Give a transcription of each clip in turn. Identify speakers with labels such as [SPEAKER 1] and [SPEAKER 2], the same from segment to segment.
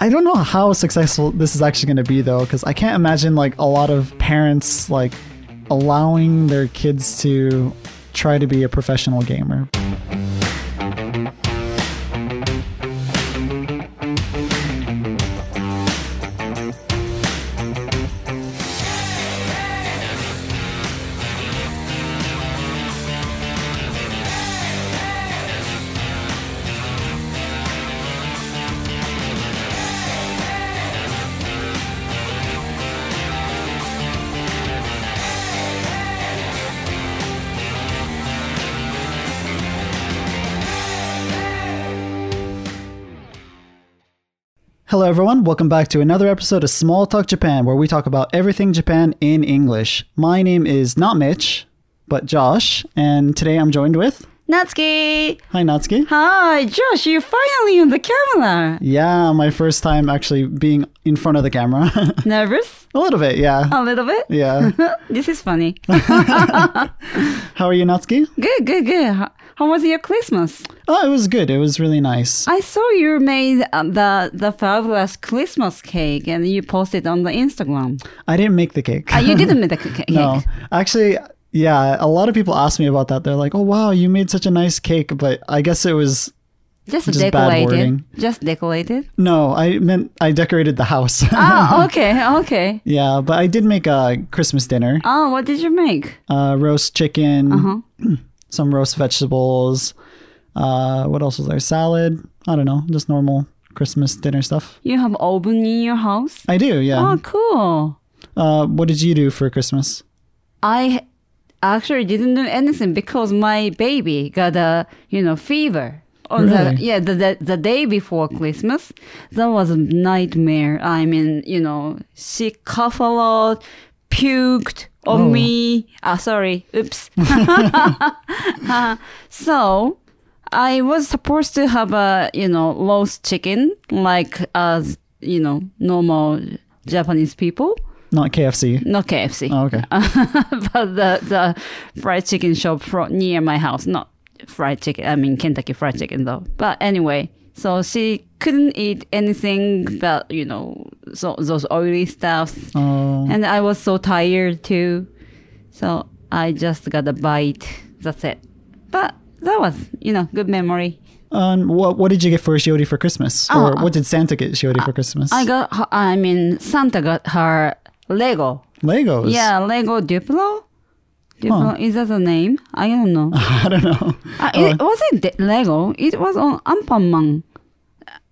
[SPEAKER 1] I don't know how successful this is actually going to be though, because I can't imagine like a lot of parents like allowing their kids to try to be a professional gamer. Hello, everyone. Welcome back to another episode of Small Talk Japan, where we talk about everything Japan in English. My name is not Mitch, but Josh, and today I'm joined with.
[SPEAKER 2] Natsuki!
[SPEAKER 1] Hi, Natsuki.
[SPEAKER 2] Hi, Josh, you're finally on the camera!
[SPEAKER 1] Yeah, my first time actually being in front of the camera.
[SPEAKER 2] Nervous?
[SPEAKER 1] a little bit, yeah.
[SPEAKER 2] A little bit?
[SPEAKER 1] Yeah.
[SPEAKER 2] this is funny.
[SPEAKER 1] How are you, Natsuki?
[SPEAKER 2] good, good, good. How, how was your Christmas?
[SPEAKER 1] Oh, it was good. It was really nice.
[SPEAKER 2] I saw you made um, the, the fabulous Christmas cake and you posted on the Instagram.
[SPEAKER 1] I didn't make the cake.
[SPEAKER 2] Ah, you didn't make the cake.
[SPEAKER 1] No, actually, yeah. A lot of people ask me about that. They're like, "Oh, wow, you made such a nice cake," but I guess it was
[SPEAKER 2] Just,
[SPEAKER 1] Just bad
[SPEAKER 2] decorated.
[SPEAKER 1] wording.
[SPEAKER 2] Just decorated.
[SPEAKER 1] no. I meant I decorated the house.
[SPEAKER 2] oh, okay, okay.
[SPEAKER 1] yeah, but I did make a Christmas dinner:
[SPEAKER 2] Oh, what did you make?
[SPEAKER 1] uh, roast chicken,
[SPEAKER 2] Uh-huh.
[SPEAKER 1] some roast vegetables. Uh, what else was there? Salad. I don't know, just normal Christmas dinner stuff.
[SPEAKER 2] You have oven in your house?
[SPEAKER 1] I do, yeah.
[SPEAKER 2] Oh, cool.
[SPEAKER 1] Uh, what did you do for Christmas?
[SPEAKER 2] I actually didn't do anything because my baby got a you know fever. On the,
[SPEAKER 1] Really?
[SPEAKER 2] yeah, the, the the day before Christmas, that was a nightmare. I mean, you know, she coughed a lot, puked on me. Ah, sorry, oops. So I was supposed to have a you know roast chicken like as you know normal Japanese people,
[SPEAKER 1] Not KFC.
[SPEAKER 2] not KFC
[SPEAKER 1] Oh, okay.
[SPEAKER 2] Uh. but the the fried chicken shop fro- near my house, not fried chicken. I mean Kentucky Fried Chicken though. But anyway, so she couldn't eat anything but you know so those oily stuffs,
[SPEAKER 1] Oh,
[SPEAKER 2] and I was so tired too. So I just got a bite. That's it. But that was you know good memory.
[SPEAKER 1] um, what what did you get for Shiori for Christmas? or what did Santa get Shiori for Christmas?
[SPEAKER 2] Oh, uh, I got her- I mean Santa got her Lego.
[SPEAKER 1] Legos.
[SPEAKER 2] Yeah, Lego Duplo. Duplo is that the name? I don't know.
[SPEAKER 1] I don't know.
[SPEAKER 2] Uh, it wasn't de- Lego. It was on Ampanman.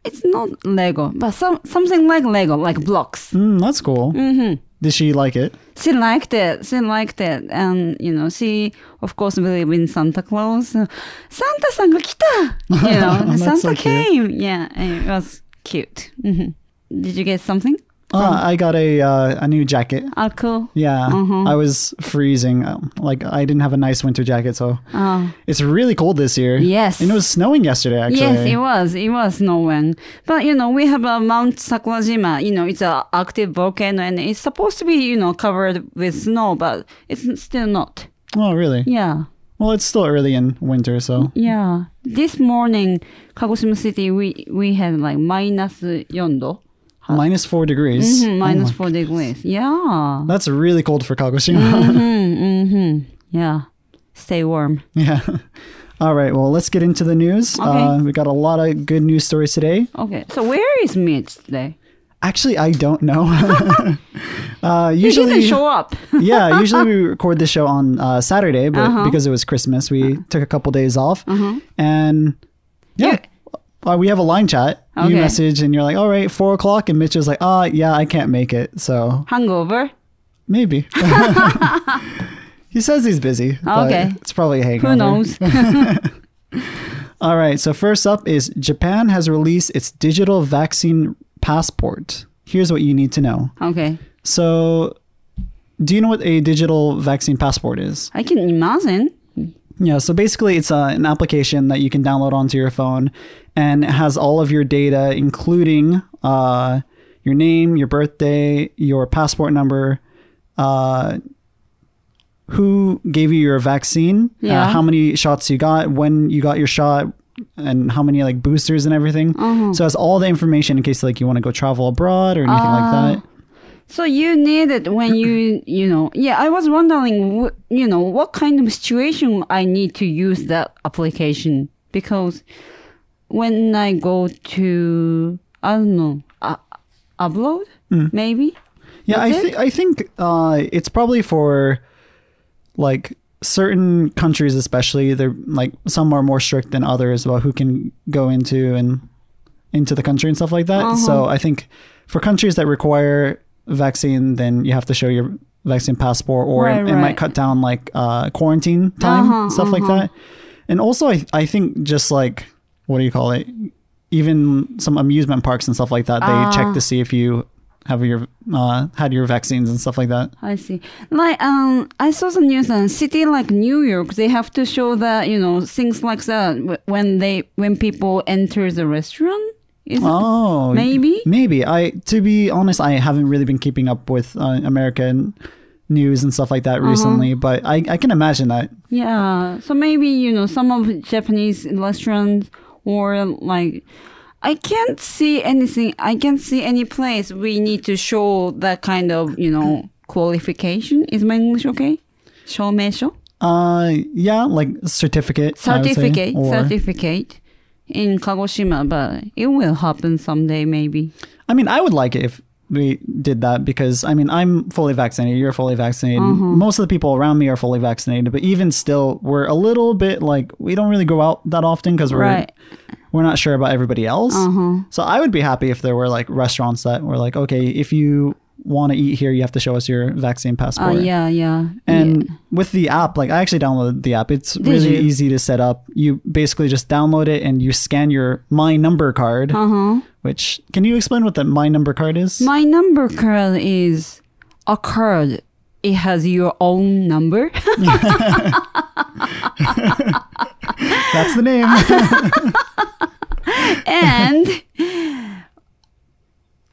[SPEAKER 2] It's not Lego, but some something like Lego, like blocks.
[SPEAKER 1] Mm, that's cool. Mm-hmm. Did she like it?
[SPEAKER 2] She liked it. She liked it, and you know, she of course believed in Santa Claus. Santa さんが来た You know,
[SPEAKER 1] That's so
[SPEAKER 2] Santa
[SPEAKER 1] cute.
[SPEAKER 2] came. Yeah, and it was cute. Mhm. Did you get something?
[SPEAKER 1] Uh, I got a uh, a new jacket.
[SPEAKER 2] Oh, cool.
[SPEAKER 1] Yeah,
[SPEAKER 2] Mm-hmm.
[SPEAKER 1] I was freezing. Um, Like I didn't have a nice winter jacket, so
[SPEAKER 2] Oh.
[SPEAKER 1] it's really cold this year.
[SPEAKER 2] Yes.
[SPEAKER 1] and it was snowing yesterday. Actually,
[SPEAKER 2] Yes, it was. It was snowing. But, you know, we have a Mount Sakurajima. You know, it's an active volcano and it's supposed to be, you know, covered with snow, but it's still not.
[SPEAKER 1] Oh, really?
[SPEAKER 2] Yeah.
[SPEAKER 1] Well, it's still early in winter, so
[SPEAKER 2] Yeah. This morning, Kagoshima City, we, we had like minus 4度.
[SPEAKER 1] minus four degrees.
[SPEAKER 2] Hmm, minus 4 degrees. Yeah.
[SPEAKER 1] That's really cold for
[SPEAKER 2] Mm-hmm.
[SPEAKER 1] Kagoshima.
[SPEAKER 2] Yeah. Stay warm.
[SPEAKER 1] yeah. All right. Well, let's get into the news. Uh, we got a lot of good news stories today.
[SPEAKER 2] Okay. So, where is Mitch today?
[SPEAKER 1] Actually, I don't know. uh,
[SPEAKER 2] He
[SPEAKER 1] usually,
[SPEAKER 2] didn't show up.
[SPEAKER 1] yeah, usually we record the show on uh, Saturday, but
[SPEAKER 2] Uh-huh.
[SPEAKER 1] because it was Christmas, we took a couple days off,
[SPEAKER 2] Mm-hmm.
[SPEAKER 1] and yeah, uh, we have a line chat.
[SPEAKER 2] Okay.
[SPEAKER 1] You message and you're like, "All right, four o'clock," and Mitch is like, "Ah, yeah, I can't make it, so
[SPEAKER 2] Hangover?
[SPEAKER 1] maybe." he says he's busy. but
[SPEAKER 2] Okay.
[SPEAKER 1] it's probably a hangover.
[SPEAKER 2] Who knows?
[SPEAKER 1] All right, so first up is Japan has released its digital vaccine passport. Here's what you need to know.
[SPEAKER 2] okay.
[SPEAKER 1] So, do you know what a digital vaccine passport is?
[SPEAKER 2] I can imagine.
[SPEAKER 1] Yeah, so basically, it's uh, an application that you can download onto your phone, and it has all of your data, including uh, your name, your birthday, your passport number, uh, who gave you your vaccine, uh,
[SPEAKER 2] Yeah.
[SPEAKER 1] how many shots you got, when you got your shot, and how many like boosters and everything. So it has all the information in case like you want to go travel abroad or anything like that.
[SPEAKER 2] So you need it when you, you know, yeah, I was wondering, wh- you know, what kind of situation I need to use that application because when I go to, I don't know, uh, upload, maybe?
[SPEAKER 1] Yeah, I
[SPEAKER 2] That's
[SPEAKER 1] think I think uh, it's probably for like certain countries, especially. They're like some are more strict than others about who can go into and into the country and stuff like that. So
[SPEAKER 2] Uh-huh.
[SPEAKER 1] I think for countries that require vaccine, then you have to show your vaccine passport, or
[SPEAKER 2] Right,
[SPEAKER 1] it, it might
[SPEAKER 2] right.
[SPEAKER 1] cut down like uh, quarantine time
[SPEAKER 2] Uh-huh,
[SPEAKER 1] stuff like that. And also, I I think just like what do you call it? Even some amusement parks and stuff like that, they
[SPEAKER 2] Ah.
[SPEAKER 1] check to see if you have your uh, had your vaccines and stuff like that.
[SPEAKER 2] I see. Like, um, I saw the news and city like New York, they have to show that, you know, things like that wh- when they, when people enter the restaurant. Is
[SPEAKER 1] Oh,
[SPEAKER 2] Maybe?
[SPEAKER 1] maybe. I to be honest, I haven't really been keeping up with uh, American news and stuff like
[SPEAKER 2] Uh-huh.
[SPEAKER 1] that recently, but I, I can imagine that.
[SPEAKER 2] Yeah. So maybe, you know, some of Japanese restaurants or like I can't see anything. I can't see any place we need to show that kind of, you know, qualification. Is my English okay? Show me show.
[SPEAKER 1] Uh, yeah, like certificate, I would say,
[SPEAKER 2] Certificate.
[SPEAKER 1] or-
[SPEAKER 2] certificate in Kagoshima, but it will happen someday maybe.
[SPEAKER 1] I mean, I would like it if we did that because I mean, I'm fully vaccinated. You're fully vaccinated.
[SPEAKER 2] Mm-hmm.
[SPEAKER 1] Most of the people around me are fully vaccinated, but even still, we're a little bit like we don't really go out that often because we're
[SPEAKER 2] Right.
[SPEAKER 1] we're not sure about everybody else.
[SPEAKER 2] Uh-huh.
[SPEAKER 1] So I would be happy if there were like restaurants that were like, okay, if you want to eat here, you have to show us your vaccine passport.
[SPEAKER 2] Uh, yeah, yeah.
[SPEAKER 1] And with the app, like I actually downloaded the app. It's really
[SPEAKER 2] you?
[SPEAKER 1] easy to set up. You basically just download it and you scan your My Number card. Which can you explain what the My Number card is?
[SPEAKER 2] Uh-huh. My number card is a card. It has your own number.
[SPEAKER 1] That's the name.
[SPEAKER 2] and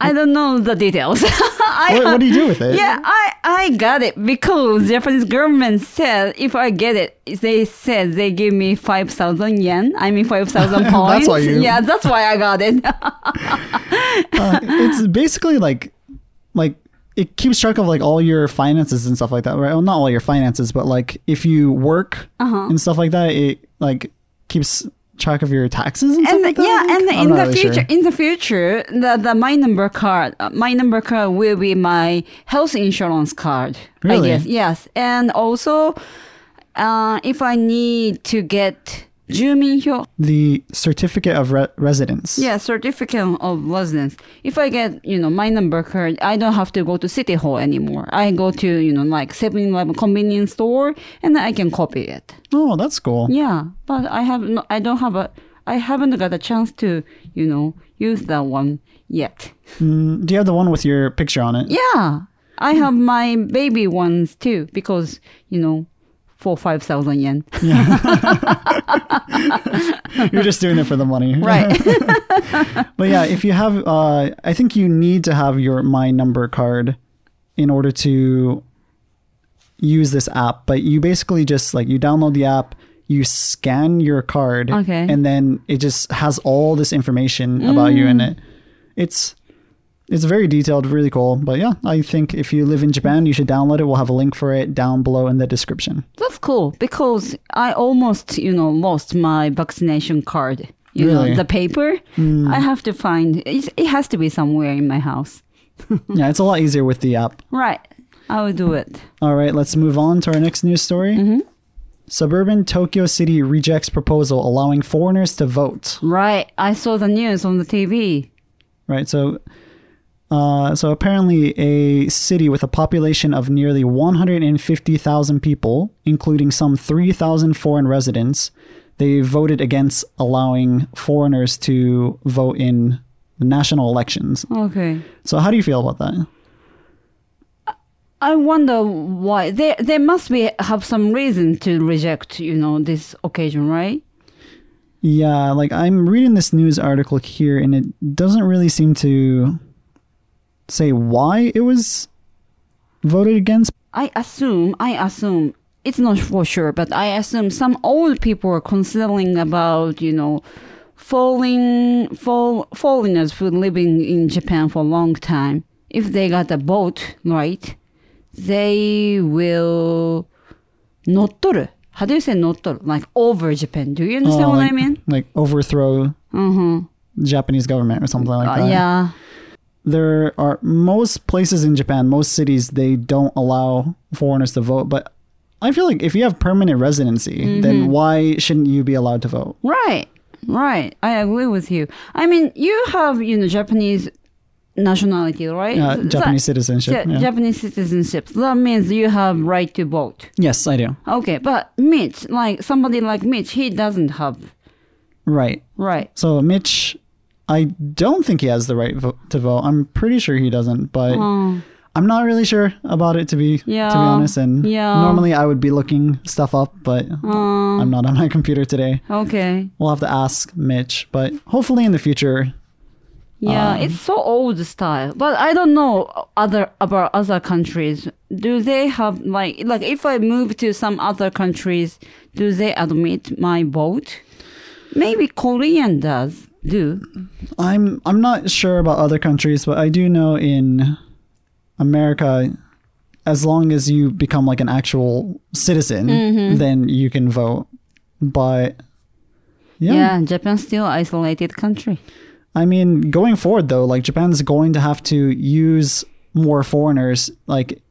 [SPEAKER 2] I don't know the details. I,
[SPEAKER 1] what, what do you do with it?
[SPEAKER 2] yeah, I, I got it because Japanese government said if I get it, they said they give me five thousand yen. I mean five thousand
[SPEAKER 1] That's
[SPEAKER 2] points.
[SPEAKER 1] why you-
[SPEAKER 2] Yeah, that's why I got it.
[SPEAKER 1] Uh, it's basically like, like it keeps track of like all your finances and stuff like that. Right? Well, not all your finances, but like if you work
[SPEAKER 2] Uh-huh.
[SPEAKER 1] and stuff like that, it like keeps track of your taxes and, stuff
[SPEAKER 2] and
[SPEAKER 1] like
[SPEAKER 2] yeah,
[SPEAKER 1] that. I
[SPEAKER 2] and
[SPEAKER 1] think? I'm
[SPEAKER 2] in
[SPEAKER 1] not
[SPEAKER 2] the
[SPEAKER 1] really sure.
[SPEAKER 2] future, in the future, the the my number card, uh, my number card will be my health insurance card.
[SPEAKER 1] Really?
[SPEAKER 2] I guess. Yes, and also, uh, if I need to get 주민표,
[SPEAKER 1] the certificate of re- residence.
[SPEAKER 2] yeah, certificate of residence. If I get you know my number card, I don't have to go to city hall anymore. I go to you know like Seven Eleven convenience store, and I can copy it.
[SPEAKER 1] Oh, that's cool.
[SPEAKER 2] Yeah, but I have no, I don't have a I haven't got a chance to you know use that one yet.
[SPEAKER 1] Mm, do you have the one with your picture on it?
[SPEAKER 2] Yeah, I have my baby ones too because you know for five thousand yen.
[SPEAKER 1] You're just doing it for the money,
[SPEAKER 2] Right.
[SPEAKER 1] But yeah, if you have, uh, I think you need to have your My Number card in order to use this app. But you basically just like you download the app, you scan your card,
[SPEAKER 2] Okay.
[SPEAKER 1] and then it just has all this information about you in it. It's it's very detailed, really cool. But yeah, I think if you live in Japan, you should download it. We'll have a link for it down below in the description.
[SPEAKER 2] That's cool because I almost you know lost my vaccination card. You
[SPEAKER 1] Really?
[SPEAKER 2] know the paper. I have to find it. It has to be somewhere in my house.
[SPEAKER 1] yeah, it's a lot easier with the app.
[SPEAKER 2] Right. I will do it.
[SPEAKER 1] All right, let's move on to our next news story. Suburban Tokyo City rejects proposal allowing foreigners to vote.
[SPEAKER 2] Right. I saw the news on the TV.
[SPEAKER 1] Right, so. Uh, so apparently, a city with a population of nearly 150,000 people, including some 3,000 foreign residents, they voted against allowing foreigners to vote in the national elections.
[SPEAKER 2] Okay.
[SPEAKER 1] So, how do you feel about that?
[SPEAKER 2] I wonder why there there must be have some reason to reject you know this occasion, right?
[SPEAKER 1] Yeah, like I'm reading this news article here and it doesn't really seem to say why it was voted against.
[SPEAKER 2] I assume I assume it's not for sure, but I assume some old people are considering about you know foreign for, foreigners who living in Japan for a long time, if they got a boat right, they will not How do you say not Like over Japan. Do you understand
[SPEAKER 1] Oh,
[SPEAKER 2] what
[SPEAKER 1] like,
[SPEAKER 2] I mean? Mm-hmm.
[SPEAKER 1] Like overthrow Japanese government or something like
[SPEAKER 2] Uh,
[SPEAKER 1] that.
[SPEAKER 2] yeah.
[SPEAKER 1] There are most places in Japan, most cities, they don't allow foreigners to vote. But I feel like if you have permanent residency, then
[SPEAKER 2] Mm-hmm.
[SPEAKER 1] why shouldn't you be allowed to vote?
[SPEAKER 2] Right, right. I agree with you. I mean, you have you know Japanese nationality, right?
[SPEAKER 1] Uh,
[SPEAKER 2] Th-
[SPEAKER 1] Japanese
[SPEAKER 2] that-
[SPEAKER 1] citizenship.
[SPEAKER 2] Ja-
[SPEAKER 1] yeah.
[SPEAKER 2] Japanese citizenship. That means you have right to vote.
[SPEAKER 1] yes, I do.
[SPEAKER 2] Okay, but Mitch, like somebody like Mitch, he doesn't have
[SPEAKER 1] Right.
[SPEAKER 2] right.
[SPEAKER 1] So Mitch, I don't think he has the right vo- to vote. I'm pretty sure he doesn't, but I'm not really sure about it to be to
[SPEAKER 2] Oh. Yeah.
[SPEAKER 1] be honest. And
[SPEAKER 2] Yeah. Oh.
[SPEAKER 1] normally I would be looking stuff up, but I'm not on my computer today.
[SPEAKER 2] Okay,
[SPEAKER 1] We'll have to ask Mitch, but hopefully in the future.
[SPEAKER 2] yeah,
[SPEAKER 1] Ah.
[SPEAKER 2] it's so old style. But I don't know other about other countries. Do they have like like if I move to some other countries, do they admit my vote? Maybe Korean does do.
[SPEAKER 1] I'm I'm not sure about other countries, but I do know in America as long as you become like an actual citizen,
[SPEAKER 2] Mm-hmm.
[SPEAKER 1] then you can vote. But
[SPEAKER 2] Yeah, Japan still isolated country.
[SPEAKER 1] I mean, going forward though, like Japan's going to have to use more foreigners, like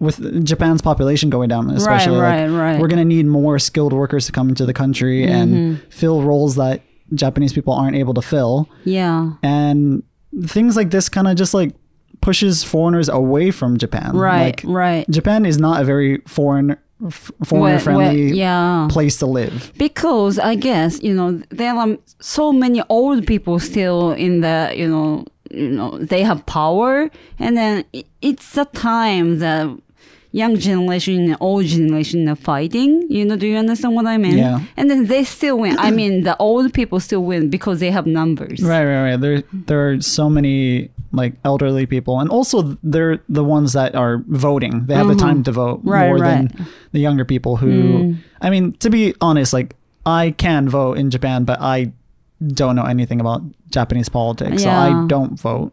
[SPEAKER 1] with Japan's population going down, especially.
[SPEAKER 2] right,
[SPEAKER 1] like,
[SPEAKER 2] right.
[SPEAKER 1] We're gonna need more skilled workers to come into the country and
[SPEAKER 2] Mm-hmm.
[SPEAKER 1] fill roles that Japanese people aren't able to fill,
[SPEAKER 2] Yeah,
[SPEAKER 1] and things like this kind of just like pushes foreigners away from Japan.
[SPEAKER 2] right,
[SPEAKER 1] Like,
[SPEAKER 2] right.
[SPEAKER 1] Japan is not a very foreign, f-
[SPEAKER 2] Where-
[SPEAKER 1] foreigner
[SPEAKER 2] where-
[SPEAKER 1] friendly
[SPEAKER 2] yeah.
[SPEAKER 1] place to live.
[SPEAKER 2] because I guess you know there are so many old people still in the you know you know they have power, and then i- it's a time that young generation and old generation are fighting. You know, do you understand what I mean?
[SPEAKER 1] Yeah.
[SPEAKER 2] And then they still win. I mean, the old people still win because they have numbers.
[SPEAKER 1] Right, right, right. There, there are so many like elderly people, and also they're the ones that are voting. They have the time to vote
[SPEAKER 2] Mm-hmm. Right, Mm.
[SPEAKER 1] more than the younger people who. I mean, to be honest, like I can vote in Japan, but I don't know anything about Japanese politics, so I
[SPEAKER 2] Yeah. Mm-hmm.
[SPEAKER 1] don't vote,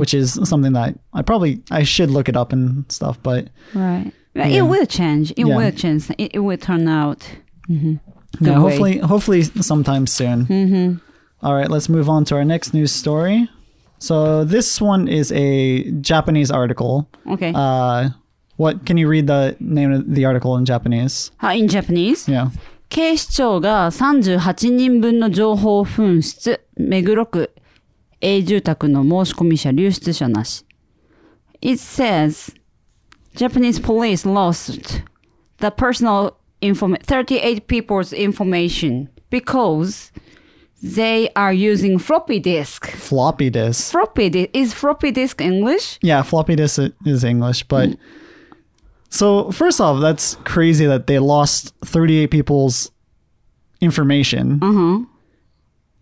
[SPEAKER 1] which is something that I probably I should look it up and stuff. But
[SPEAKER 2] Right. Right. It will change. It
[SPEAKER 1] Yeah.
[SPEAKER 2] will change. It, it will turn out.
[SPEAKER 1] yeah,
[SPEAKER 2] way.
[SPEAKER 1] hopefully, hopefully sometime soon. All right, let's move on to our next news story. So this one is a Japanese article.
[SPEAKER 2] Okay.
[SPEAKER 1] Uh, what can you read the name of the article in Japanese?
[SPEAKER 2] Uh, in Japanese.
[SPEAKER 1] Yeah.
[SPEAKER 2] 警視庁が38人分の情報紛失、目黒区 A 住宅の申し込み者流出者なし。It says, Japanese police lost the personal information, 38 people's information because they are using floppy disk.
[SPEAKER 1] Floppy disk.
[SPEAKER 2] Floppy disk, is floppy disk English?
[SPEAKER 1] Yeah, floppy disk i- is English, but
[SPEAKER 2] Mm.
[SPEAKER 1] so first off, that's crazy that they lost 38 people's information. Mm-hmm.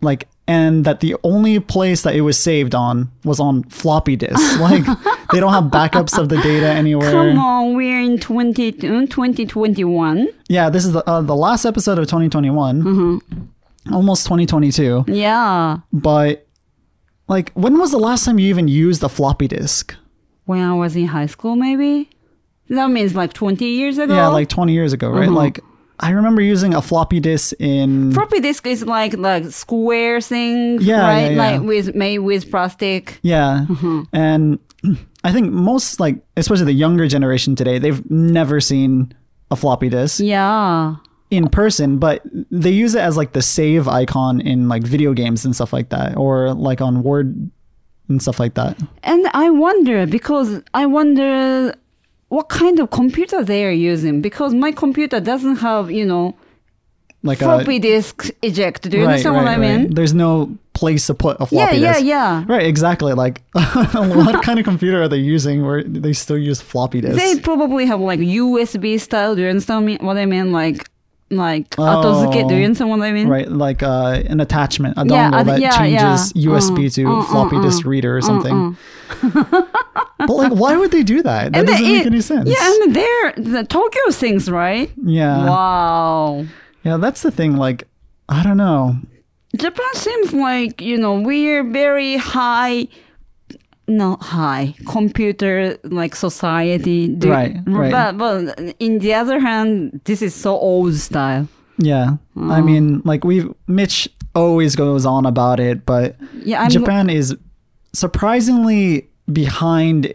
[SPEAKER 1] Like, and that the only place that it was saved on was on floppy disk. like, they don't have backups of the data anywhere.
[SPEAKER 2] Come on, we're in uh, 20, 2021.
[SPEAKER 1] Yeah, this is the, uh, the last episode of 2021,
[SPEAKER 2] Mm-hmm.
[SPEAKER 1] almost 2022.
[SPEAKER 2] Yeah.
[SPEAKER 1] But like, when was the last time you even used a floppy disk?
[SPEAKER 2] when I was in high school, maybe. That means like 20 years ago. Mm-hmm.
[SPEAKER 1] Yeah, like 20 years ago, right? Like, I remember using a floppy disk in.
[SPEAKER 2] floppy disk is like like square thing,
[SPEAKER 1] Yeah,
[SPEAKER 2] right?
[SPEAKER 1] yeah, yeah.
[SPEAKER 2] Like with made with plastic.
[SPEAKER 1] yeah.
[SPEAKER 2] Mm-hmm.
[SPEAKER 1] And I think most, like, especially the younger generation today, they've never seen a floppy disk
[SPEAKER 2] Yeah,
[SPEAKER 1] in person, but they use it as like the save icon in like video games and stuff like that, or like on Word and stuff like that.
[SPEAKER 2] and I wonder because I wonder what kind of computer they are using because my computer doesn't have you know
[SPEAKER 1] Like uh, a,
[SPEAKER 2] floppy disk eject. Do you understand what I mean?
[SPEAKER 1] There's no place to put a
[SPEAKER 2] Yeah,
[SPEAKER 1] floppy
[SPEAKER 2] yeah,
[SPEAKER 1] disk.
[SPEAKER 2] yeah.
[SPEAKER 1] Right, exactly. Like, what kind of computer are they using where they still use floppy disks?
[SPEAKER 2] They probably have like USB style. Do you understand me- what I mean? Like like
[SPEAKER 1] Oh.
[SPEAKER 2] atozuke. Do you understand what I mean?
[SPEAKER 1] right, like uh, an attachment, a dongle
[SPEAKER 2] Mm-hmm. Yeah, uh,
[SPEAKER 1] that
[SPEAKER 2] yeah,
[SPEAKER 1] changes
[SPEAKER 2] yeah. mm,
[SPEAKER 1] USB to floppy disk reader or something. but like, why would they do that? That
[SPEAKER 2] And
[SPEAKER 1] doesn't
[SPEAKER 2] it-
[SPEAKER 1] make any sense.
[SPEAKER 2] Yeah, and they're the Tokyo things, right?
[SPEAKER 1] yeah,
[SPEAKER 2] wow.
[SPEAKER 1] yeah. That's the thing. Like, I don't know.
[SPEAKER 2] Japan seems like you know we're very high, not high computer like society. Do-
[SPEAKER 1] Right, right.
[SPEAKER 2] But but in the other hand, this is so old style.
[SPEAKER 1] Yeah.
[SPEAKER 2] Mm.
[SPEAKER 1] I mean, like we've Mitch always goes on about it, but
[SPEAKER 2] Yeah, I'm
[SPEAKER 1] Japan is surprisingly behind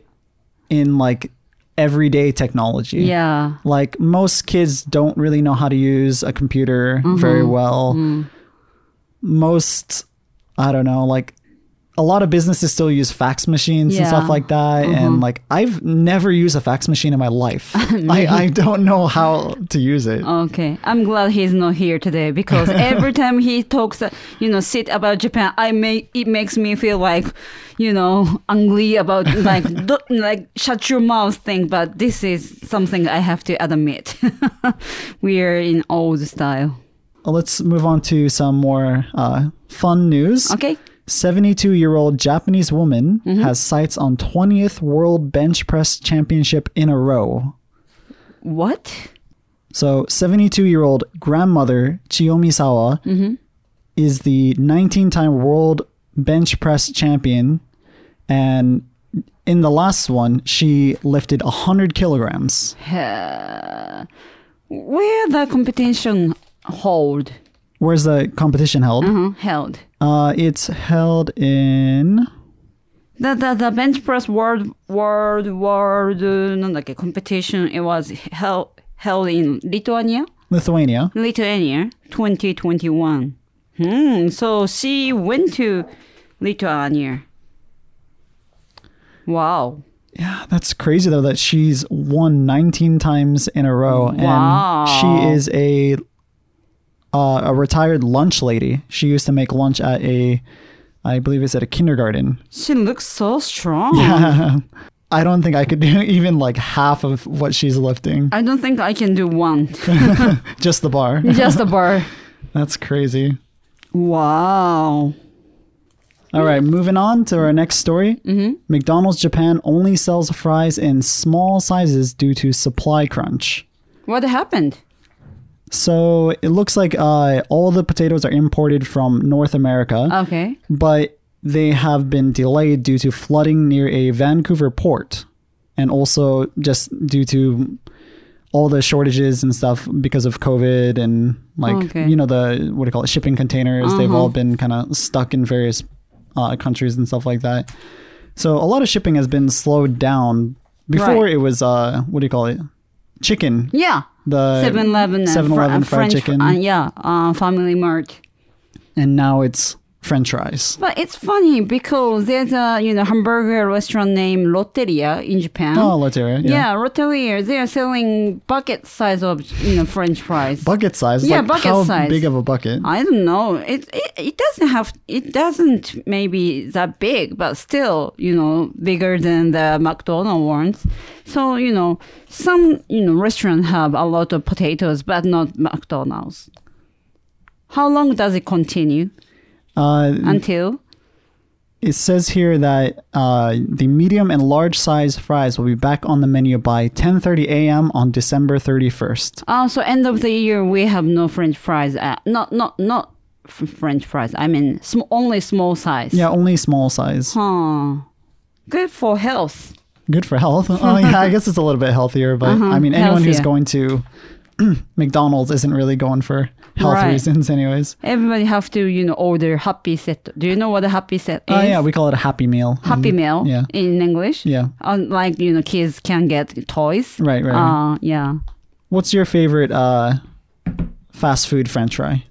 [SPEAKER 1] in like everyday technology.
[SPEAKER 2] yeah.
[SPEAKER 1] Like most kids don't really know how to use a computer very
[SPEAKER 2] Mm-hmm.
[SPEAKER 1] well.
[SPEAKER 2] Mm.
[SPEAKER 1] Most I don't know, like a lot of businesses still use fax machines and
[SPEAKER 2] Yeah. Mm-hmm.
[SPEAKER 1] stuff like that. And like I've never used a fax machine in my life. I, I don't know how to use
[SPEAKER 2] Oh.
[SPEAKER 1] it.
[SPEAKER 2] Okay, I'm glad he's not here today because every time he talks, uh, you know, shit about Japan, I make it makes me feel like, you know, angry about like do, like shut your mouth thing. But this is something I have to admit. we are in old style.
[SPEAKER 1] Let's move on to some more uh, fun news.
[SPEAKER 2] Okay. Mm-hmm.
[SPEAKER 1] 72 year old Japanese woman has sights on 20th World Bench Press Championship in a row.
[SPEAKER 2] What?
[SPEAKER 1] So, 72 year old grandmother Chiyomi Sawa is the 19 time World Bench Press Champion. And in the last one, she lifted 100 kilograms.
[SPEAKER 2] Uh, where the competition hold
[SPEAKER 1] Where's the competition held?
[SPEAKER 2] uh held?
[SPEAKER 1] Uh, it's held in.
[SPEAKER 2] The, the, the bench press world world world uh, なんだっけ competition it was held held in Lithuania
[SPEAKER 1] Lithuania.
[SPEAKER 2] Lithuania 2021 hmm so she went to Lithuania wow
[SPEAKER 1] Yeah, that's crazy though that she's won 19 times in a row,
[SPEAKER 2] Wow.
[SPEAKER 1] and she is a uh, a retired lunch lady. She used to make lunch at a, I believe it's at a kindergarten.
[SPEAKER 2] she looks so strong
[SPEAKER 1] I don't think I could do even like half of what she's lifting,
[SPEAKER 2] I don't think I can do one
[SPEAKER 1] just the bar.
[SPEAKER 2] just a bar
[SPEAKER 1] That's crazy.
[SPEAKER 2] wow
[SPEAKER 1] All right, moving on to our next story. Mm-hmm. McDonald's Japan only sells fries in small sizes due to supply crunch.
[SPEAKER 2] what happened
[SPEAKER 1] So it looks like uh, all the potatoes are imported from North America,
[SPEAKER 2] okay
[SPEAKER 1] but they have been delayed due to flooding near a Vancouver port, and also just due to all the shortages and stuff because of COVID and like
[SPEAKER 2] Okay. Mm-hmm.
[SPEAKER 1] you know the what do you call it shipping containers. They've all been kind of stuck in various uh, countries and stuff like that. So a lot of shipping has been slowed down. Before
[SPEAKER 2] Right.
[SPEAKER 1] it was uh what do you call it? Chicken.
[SPEAKER 2] yeah Uh,
[SPEAKER 1] The
[SPEAKER 2] 7-Eleven and fr-
[SPEAKER 1] 7-Eleven
[SPEAKER 2] and
[SPEAKER 1] fried
[SPEAKER 2] French
[SPEAKER 1] chicken
[SPEAKER 2] uh, yeah uh, Family Mart
[SPEAKER 1] and now it's french fries.
[SPEAKER 2] But it's funny because there's a you know hamburger restaurant named Lotteria in Japan.
[SPEAKER 1] Oh, Lotteria. Yeah.
[SPEAKER 2] yeah. Lotteria. They are selling bucket size of you know French fries.
[SPEAKER 1] Bucket size. It's
[SPEAKER 2] Yeah,
[SPEAKER 1] like
[SPEAKER 2] bucket
[SPEAKER 1] how
[SPEAKER 2] size.
[SPEAKER 1] big of a bucket?
[SPEAKER 2] I don't know. It, it it doesn't have it doesn't maybe that big, but still you know bigger than the McDonald's ones. So you know some you know restaurants have a lot of potatoes, but not McDonald's. How long does it continue
[SPEAKER 1] Uh,
[SPEAKER 2] until?
[SPEAKER 1] it says here that uh, the medium and large size fries will be back on the menu by 10:30 a.m. on December 31st.
[SPEAKER 2] Oh, so end of the year we have no French fries. Uh, not not not f- French fries. I mean sm- only small size.
[SPEAKER 1] Yeah, only small size.
[SPEAKER 2] Huh. Good for health.
[SPEAKER 1] Good for health. oh yeah, I guess it's a little bit healthier, but I mean, anyone who's
[SPEAKER 2] Uh-huh. healthier.
[SPEAKER 1] going to McDonald's isn't really going for health
[SPEAKER 2] Right.
[SPEAKER 1] reasons, anyways.
[SPEAKER 2] Everybody have to you know order happy set. Do you know what a happy set is?
[SPEAKER 1] Oh yeah, we call it a Happy Meal.
[SPEAKER 2] happy meal
[SPEAKER 1] yeah.
[SPEAKER 2] in English.
[SPEAKER 1] Yeah.
[SPEAKER 2] Um, like you know kids can get toys.
[SPEAKER 1] Right, right. right.
[SPEAKER 2] Uh, yeah.
[SPEAKER 1] What's your favorite uh, fast food French fry?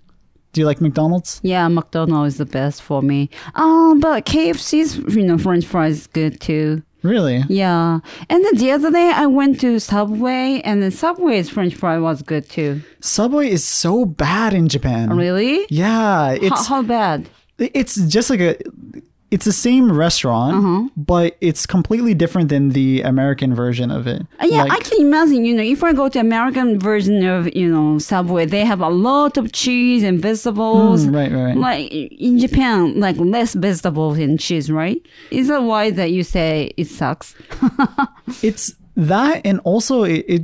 [SPEAKER 1] Do you like McDonald's?
[SPEAKER 2] Yeah, McDonald's is the best for me. Um, but KFC's you know French fries is good too.
[SPEAKER 1] Really?
[SPEAKER 2] Yeah. And then the other day I went to Subway and the Subway's french fry was good too.
[SPEAKER 1] Subway is so bad in Japan.
[SPEAKER 2] Really?
[SPEAKER 1] Yeah,
[SPEAKER 2] How,
[SPEAKER 1] it's
[SPEAKER 2] how bad?
[SPEAKER 1] it's just like a it's the same restaurant,
[SPEAKER 2] Mm-hmm.
[SPEAKER 1] but it's completely different than the American version of it.
[SPEAKER 2] Uh, Yeah, I
[SPEAKER 1] Like-
[SPEAKER 2] can imagine, you know, if I go to American version of, you know, Subway, they have a lot of cheese and vegetables.
[SPEAKER 1] Mm, right, right, right.
[SPEAKER 2] Like in Japan, like less vegetables and cheese, right? Is that why that you say it sucks? Mm-hmm.
[SPEAKER 1] It's that, and also it, it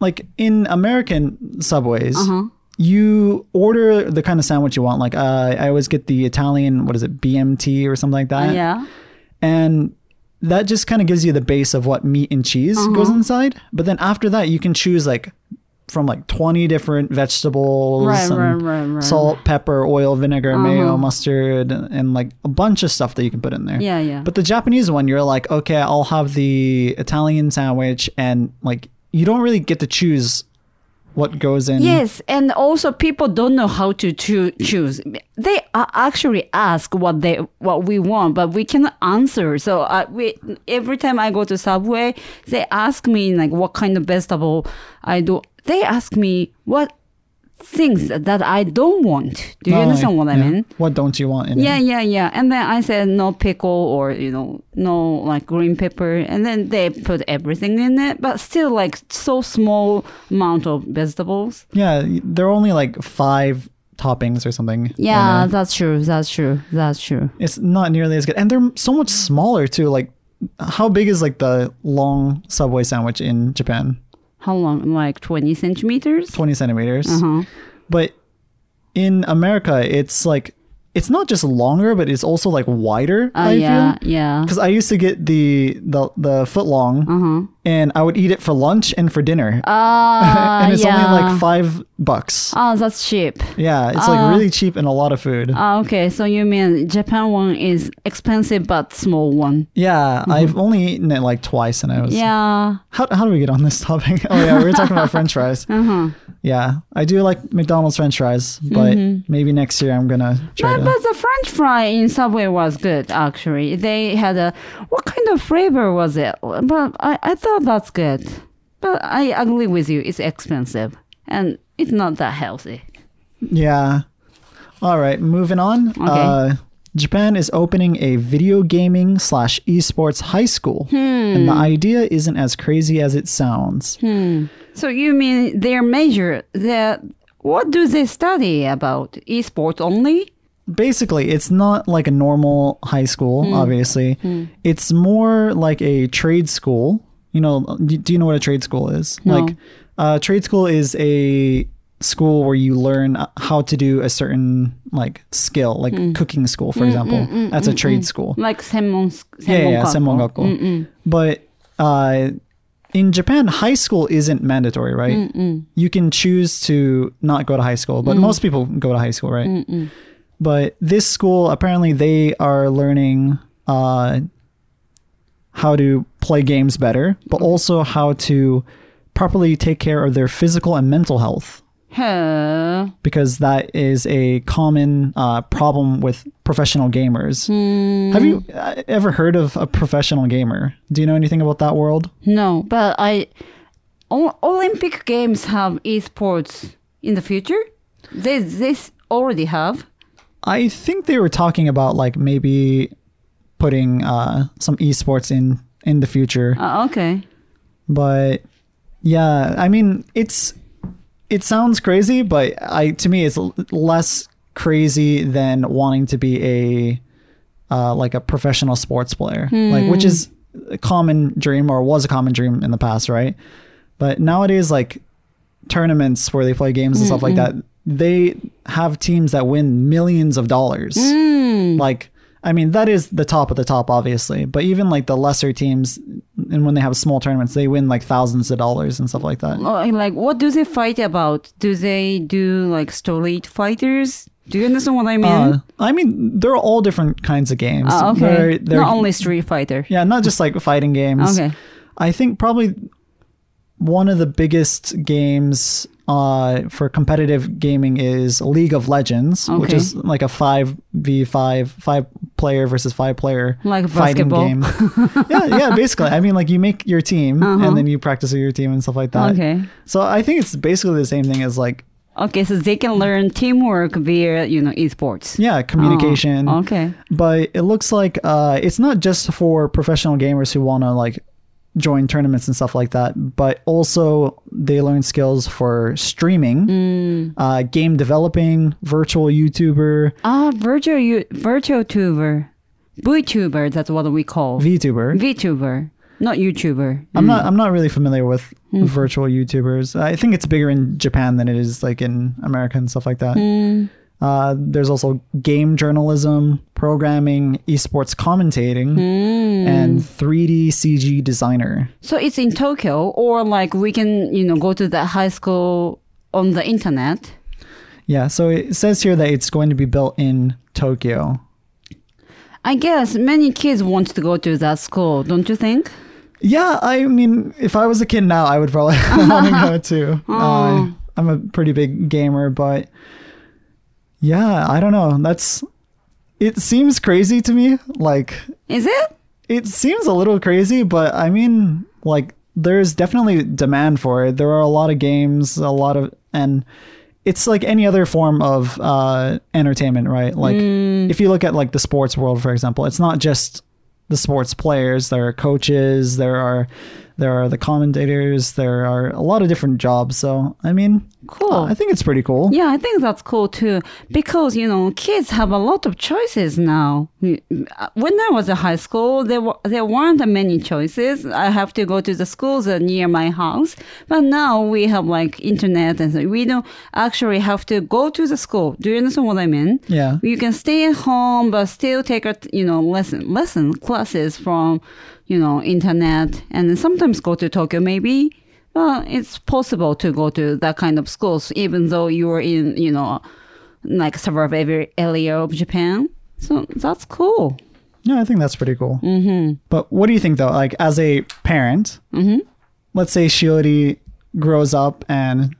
[SPEAKER 1] like in American subways, you order the kind of sandwich you want. Like uh, I always get the Italian, what is it, BMT or something like that.
[SPEAKER 2] yeah.
[SPEAKER 1] And that just kind of gives you the base of what meat and cheese
[SPEAKER 2] Mm-hmm.
[SPEAKER 1] goes inside. But then after that, you can choose like from like 20 different vegetables,
[SPEAKER 2] Right,
[SPEAKER 1] and
[SPEAKER 2] right, right, Mm-hmm. right.
[SPEAKER 1] salt, pepper, oil, vinegar, mayo, mustard, and like a bunch of stuff that you can put in there.
[SPEAKER 2] Yeah, yeah.
[SPEAKER 1] But the Japanese one, you're like, okay, I'll have the Italian sandwich. And like, you don't really get to choose what goes in.
[SPEAKER 2] Yes, and also people don't know how to choo- choose. They a- actually ask what they what we want, but we cannot answer. So uh, we every time I go to Subway, they ask me like what kind of vegetable I do. They ask me what things that I don't want. Do
[SPEAKER 1] Not
[SPEAKER 2] you
[SPEAKER 1] Oh, like-
[SPEAKER 2] understand what I
[SPEAKER 1] yeah,
[SPEAKER 2] mean?
[SPEAKER 1] What don't you want in
[SPEAKER 2] Yeah,
[SPEAKER 1] it?
[SPEAKER 2] yeah, yeah. And then I said no pickle or you know no like green pepper, and then they put everything in it, but still like so small amount of vegetables.
[SPEAKER 1] Yeah. There are only like five toppings or something.
[SPEAKER 2] Yeah,
[SPEAKER 1] Uh-huh.
[SPEAKER 2] that's true. That's true. That's true.
[SPEAKER 1] It's not nearly as good, and they're so much smaller too. Like, how big is like the long subway sandwich in Japan?
[SPEAKER 2] How long? Like 20 centimeters?
[SPEAKER 1] Twenty centimeters.
[SPEAKER 2] Uh-huh.
[SPEAKER 1] But in America, it's like it's not just longer, but it's also like wider.
[SPEAKER 2] Uh,
[SPEAKER 1] I
[SPEAKER 2] yeah, yeah.
[SPEAKER 1] Because I used to get the the the foot long,
[SPEAKER 2] Mm-hmm.
[SPEAKER 1] and I would eat it for lunch and for dinner,
[SPEAKER 2] Ah,
[SPEAKER 1] and it's
[SPEAKER 2] yeah.
[SPEAKER 1] only like five bucks.
[SPEAKER 2] Oh, that's cheap.
[SPEAKER 1] yeah, it's
[SPEAKER 2] Uh,
[SPEAKER 1] like really cheap and a lot of food.
[SPEAKER 2] Ah, okay, so you mean Japan one is expensive but small one.
[SPEAKER 1] yeah, I've only eaten it like twice, and I was
[SPEAKER 2] mm-hmm. Yeah.
[SPEAKER 1] How, how do we get on this topic? Oh yeah, we were talking about French fries. Yeah, I do like McDonald's French fries, but maybe next year I'm gonna try
[SPEAKER 2] But,
[SPEAKER 1] to.
[SPEAKER 2] but the French fry in Subway was good actually. They had a what kind of flavor was it? But I, I thought that's good. But I agree with you. It's expensive and it's not that healthy.
[SPEAKER 1] Yeah. All right, moving on. Uh, Japan is opening a video gaming slash esports high school, and the idea isn't as crazy as it sounds.
[SPEAKER 2] So you mean their major? That what do they study about? Esports only?
[SPEAKER 1] basically it's not like a normal high school obviously it's more like a trade school you know do do you know what a trade school is like uh, trade school is a school where you learn uh, how to do a certain like skill like cooking school for example that's a trade school
[SPEAKER 2] Like semon?
[SPEAKER 1] yeah yeah, yeah
[SPEAKER 2] semon
[SPEAKER 1] Semongakko. but uh in Japan, high school isn't mandatory, right? You can choose to not go to high school, but most people go to high school, right? But this school, apparently, they are learning uh, how to play games better, but also how to properly take care of their physical and mental health,
[SPEAKER 2] Huh.
[SPEAKER 1] because that is a common uh, problem with professional gamers. Have you uh, ever heard of a professional gamer? Do you know anything about that world?
[SPEAKER 2] No, but I. O- Olympic games have esports in the future. They this already have.
[SPEAKER 1] I think they were talking about like maybe putting uh, some esports in in the future,
[SPEAKER 2] Uh, okay.
[SPEAKER 1] but yeah, I mean it's it sounds crazy, but I to me it's l- less crazy than wanting to be a uh, like a professional sports player, like which is a common dream or was a common dream in the past, right? But nowadays, like tournaments where they play games and stuff like that, they have teams that win millions of dollars.
[SPEAKER 2] Mm.
[SPEAKER 1] Like, I mean, that is the top of the top, obviously. But even like the lesser teams, and when they have small tournaments, they win like thousands of dollars and stuff like that.
[SPEAKER 2] Oh, and like, what do they fight about? Do they do like street fighters? Do you understand what I mean?
[SPEAKER 1] Uh, I mean, there are all different kinds of games.
[SPEAKER 2] Ah, okay.
[SPEAKER 1] They're- they're-
[SPEAKER 2] Not only street fighter.
[SPEAKER 1] yeah, not just like fighting games.
[SPEAKER 2] Okay.
[SPEAKER 1] I think probably one of the biggest games uh, for competitive gaming is League of Legends, which
[SPEAKER 2] Okay.
[SPEAKER 1] is like a five v five, five player versus five player
[SPEAKER 2] Like
[SPEAKER 1] fighting
[SPEAKER 2] basketball.
[SPEAKER 1] game. yeah, yeah, basically. I mean, like you make your team and then you practice with your team and stuff like that.
[SPEAKER 2] Uh-huh. Okay.
[SPEAKER 1] So I think it's basically the same thing as like
[SPEAKER 2] Okay, so they can learn teamwork via, you know, esports.
[SPEAKER 1] yeah, communication.
[SPEAKER 2] Oh, okay.
[SPEAKER 1] but it looks like uh, it's not just for professional gamers who want to like join tournaments and stuff like that but also they learn skills for streaming uh, game developing virtual youtuber
[SPEAKER 2] Ah, virtual u- virtual tuber. VTuber, that's what we call.
[SPEAKER 1] vtuber
[SPEAKER 2] VTuber. Not YouTuber.
[SPEAKER 1] I'm not. I'm not really familiar with virtual YouTubers. I think it's bigger in Japan than it is like in America and stuff like that. Uh, there's also game journalism, programming, esports commentating, and 3D CG designer.
[SPEAKER 2] So it's in Tokyo, or like we can, you know, go to the high school on the internet.
[SPEAKER 1] Yeah. So it says here that it's going to be built in Tokyo.
[SPEAKER 2] I guess many kids want to go to that school, don't you think?
[SPEAKER 1] Yeah, I mean, if I was a kid now, I would probably want to go too. Uh, I'm a pretty big gamer, but yeah, I don't know. That's it seems crazy to me. Like
[SPEAKER 2] Is it?
[SPEAKER 1] it seems a little crazy, but I mean, like there's definitely demand for it. There are a lot of games, a lot of and it's like any other form of uh entertainment, right? Like if you look at like the sports world for example, it's not just the sports players, there are coaches, there are there are the commentators, there are a lot of different jobs. So, I mean,
[SPEAKER 2] Cool.
[SPEAKER 1] I think it's pretty cool.
[SPEAKER 2] Yeah, I think that's cool too because you know kids have a lot of choices now. When I was at high school, there were there weren't many choices. I have to go to the schools that are near my house, but now we have like internet and so we don't actually have to go to the school. Do you understand what I mean?
[SPEAKER 1] Yeah.
[SPEAKER 2] You can stay at home, but still take a you know lesson lesson classes from you know internet, and then sometimes go to Tokyo maybe. Well, it's possible to go to that kind of schools, even though you are in you know like suburb every area of Japan. So that's cool.
[SPEAKER 1] Yeah, I think that's pretty cool. Mm-hmm. But what do you think though? Like, as a parent,
[SPEAKER 2] Mm-hmm.
[SPEAKER 1] let's say Shiori grows up and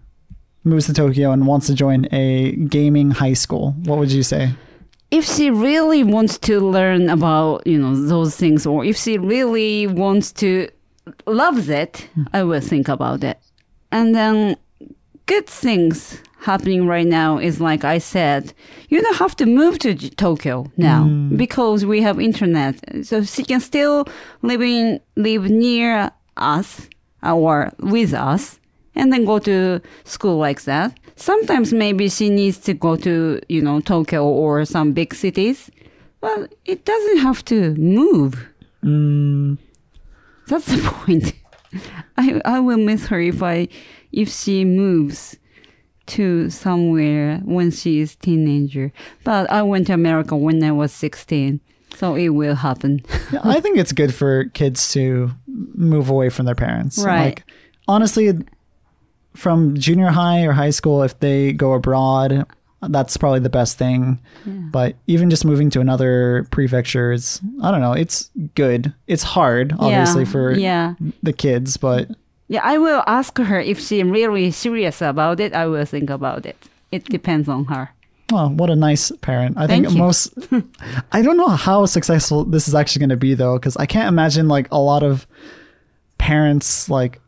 [SPEAKER 1] moves to Tokyo and wants to join a gaming high school. What would you say?
[SPEAKER 2] if she really wants to learn about you know those things or if she really wants to loves it i will think about it and then good things happening right now is like i said you don't have to move to J- tokyo now because we have internet so she can still live in live near us or with us and then go to school like that. Sometimes maybe she needs to go to, you know, Tokyo or some big cities. Well, it doesn't have to move. That's the point. I I will miss her if I if she moves to somewhere when she is teenager. But I went to America when I was 16. So it will happen.
[SPEAKER 1] Yeah, I think it's good for kids to move away from their parents.
[SPEAKER 2] Right.
[SPEAKER 1] Like, honestly, from junior high or high school, if they go abroad, that's probably the best thing. But even just moving to another prefecture is, I don't know, it's good. It's hard, obviously,
[SPEAKER 2] yeah.
[SPEAKER 1] for
[SPEAKER 2] Yeah.
[SPEAKER 1] the kids, but
[SPEAKER 2] Yeah, I will ask her if she really serious about it. I will think about it. It depends on her.
[SPEAKER 1] well, what a nice parent. I think
[SPEAKER 2] Thank you.
[SPEAKER 1] most, I don't know how successful this is actually going to be though, because I can't imagine like a lot of parents like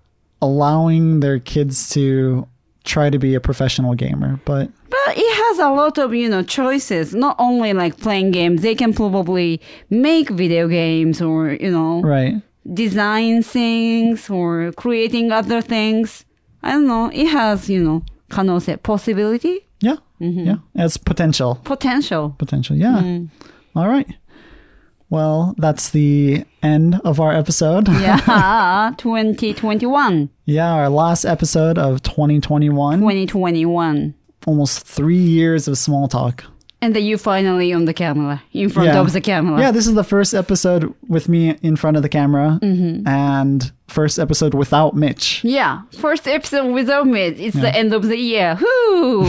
[SPEAKER 1] allowing their kids to try to be a professional gamer. But
[SPEAKER 2] But it has a lot of, you know, choices. Not only like playing games, they can probably make video games or, you know,
[SPEAKER 1] right.
[SPEAKER 2] design things or creating other things. I don't know. It has, you know, 可能性 possibility,
[SPEAKER 1] Yeah.
[SPEAKER 2] Mm-hmm.
[SPEAKER 1] Yeah. It's potential.
[SPEAKER 2] potential.
[SPEAKER 1] Potential. Yeah.
[SPEAKER 2] Mm-hmm.
[SPEAKER 1] All right. Well, that's the end of our episode.
[SPEAKER 2] Yeah, 2021,
[SPEAKER 1] yeah. Our last episode of 2021.
[SPEAKER 2] 2021.
[SPEAKER 1] Almost three years of small talk.
[SPEAKER 2] And then you finally on the camera, in front of the camera.
[SPEAKER 1] Yeah, this is the first episode with me in front of the camera
[SPEAKER 2] Mm-hmm.
[SPEAKER 1] and first episode without Mitch.
[SPEAKER 2] Yeah, first episode without me. It's the end of the year. Whoo!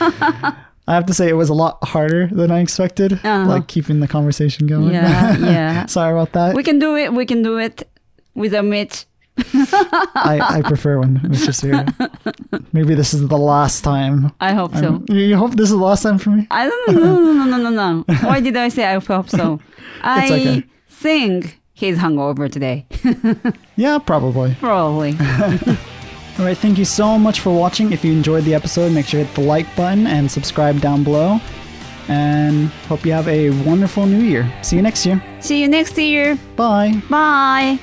[SPEAKER 1] I have to say it was a lot harder than I expected, like keeping the conversation going.
[SPEAKER 2] Uh-huh. yeah, yeah.
[SPEAKER 1] Sorry about that.
[SPEAKER 2] We can do it. We can do it without Mitch.
[SPEAKER 1] I, I prefer when Mitch is here. Maybe this is the last time. Um,
[SPEAKER 2] I hope so.
[SPEAKER 1] You- You hope this is the last time for me?
[SPEAKER 2] I don't know. No, no, no, no, no. Why did I say I hope so? I
[SPEAKER 1] okay.
[SPEAKER 2] think he's hungover today.
[SPEAKER 1] Yeah, probably.
[SPEAKER 2] Probably.
[SPEAKER 1] All right, thank you so much for watching. If you enjoyed the episode, make sure to hit the like button and subscribe down below. And hope you have a wonderful new year. See you next year.
[SPEAKER 2] See you next year.
[SPEAKER 1] Bye.
[SPEAKER 2] Bye.